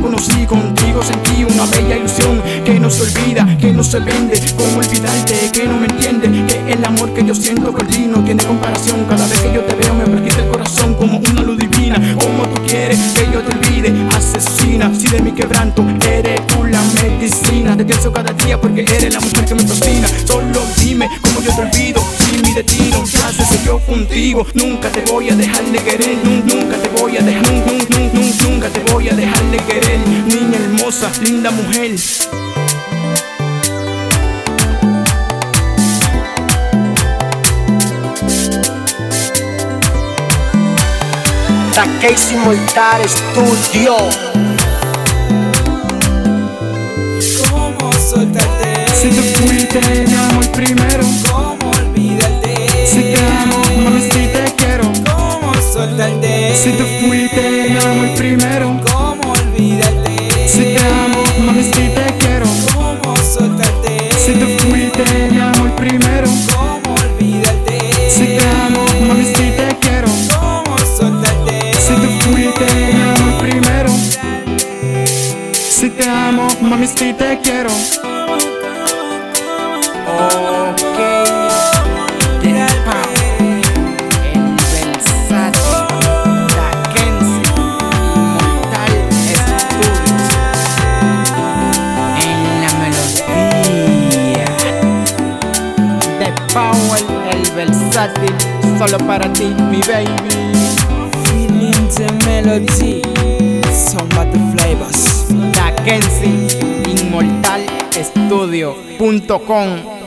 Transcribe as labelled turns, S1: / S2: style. S1: conocí contigo sentí una bella ilusión que no se olvida, que no se vende. Cómo olvidarte, que no me entiende, que el amor que yo siento por ti no tiene comparación. Cada vez que yo te veo me perquita el corazón como una luz divina. Como tú quieres que yo te olvide, asesina, si de mi quebranto eres tú la medicina. Te pienso cada día porque eres la mujer que me fascina. Solo dime cómo yo te olvido, si mi destino ya se selló contigo. Nunca te voy a dejar de querer, nun- nunca te voy a dejar, nun- nun- nun- nun- nunca te voy a dejar de querer. Niña hermosa, linda mujer.
S2: La Casey Mortal Studio.
S3: ¿Cómo soltarte?
S1: Si te fuiste, mi amor, primero.
S3: ¿Cómo olvidarte?
S1: Si te amo, mami, si te quiero.
S3: ¿Cómo soltarte?
S1: Si te fuiste, mi amor, primero.
S3: ¿Cómo olvidarte?
S1: Si te amo, mami, si te quiero.
S3: ¿Cómo soltarte?
S1: Si te fuiste, mi amor, primero.
S3: ¿Cómo olvidarte?
S1: Si te amo, mami, si te quiero.
S3: ¿Cómo soltarte?
S1: Si te fuiste, mi amor, primero. Si te amo, mami, si te quiero.
S4: en la melodía de Powell, el versátil, solo para ti, mi baby.
S3: Feeling the melody. Some of the flavors.
S4: Mackenzie, inmortalstudio.com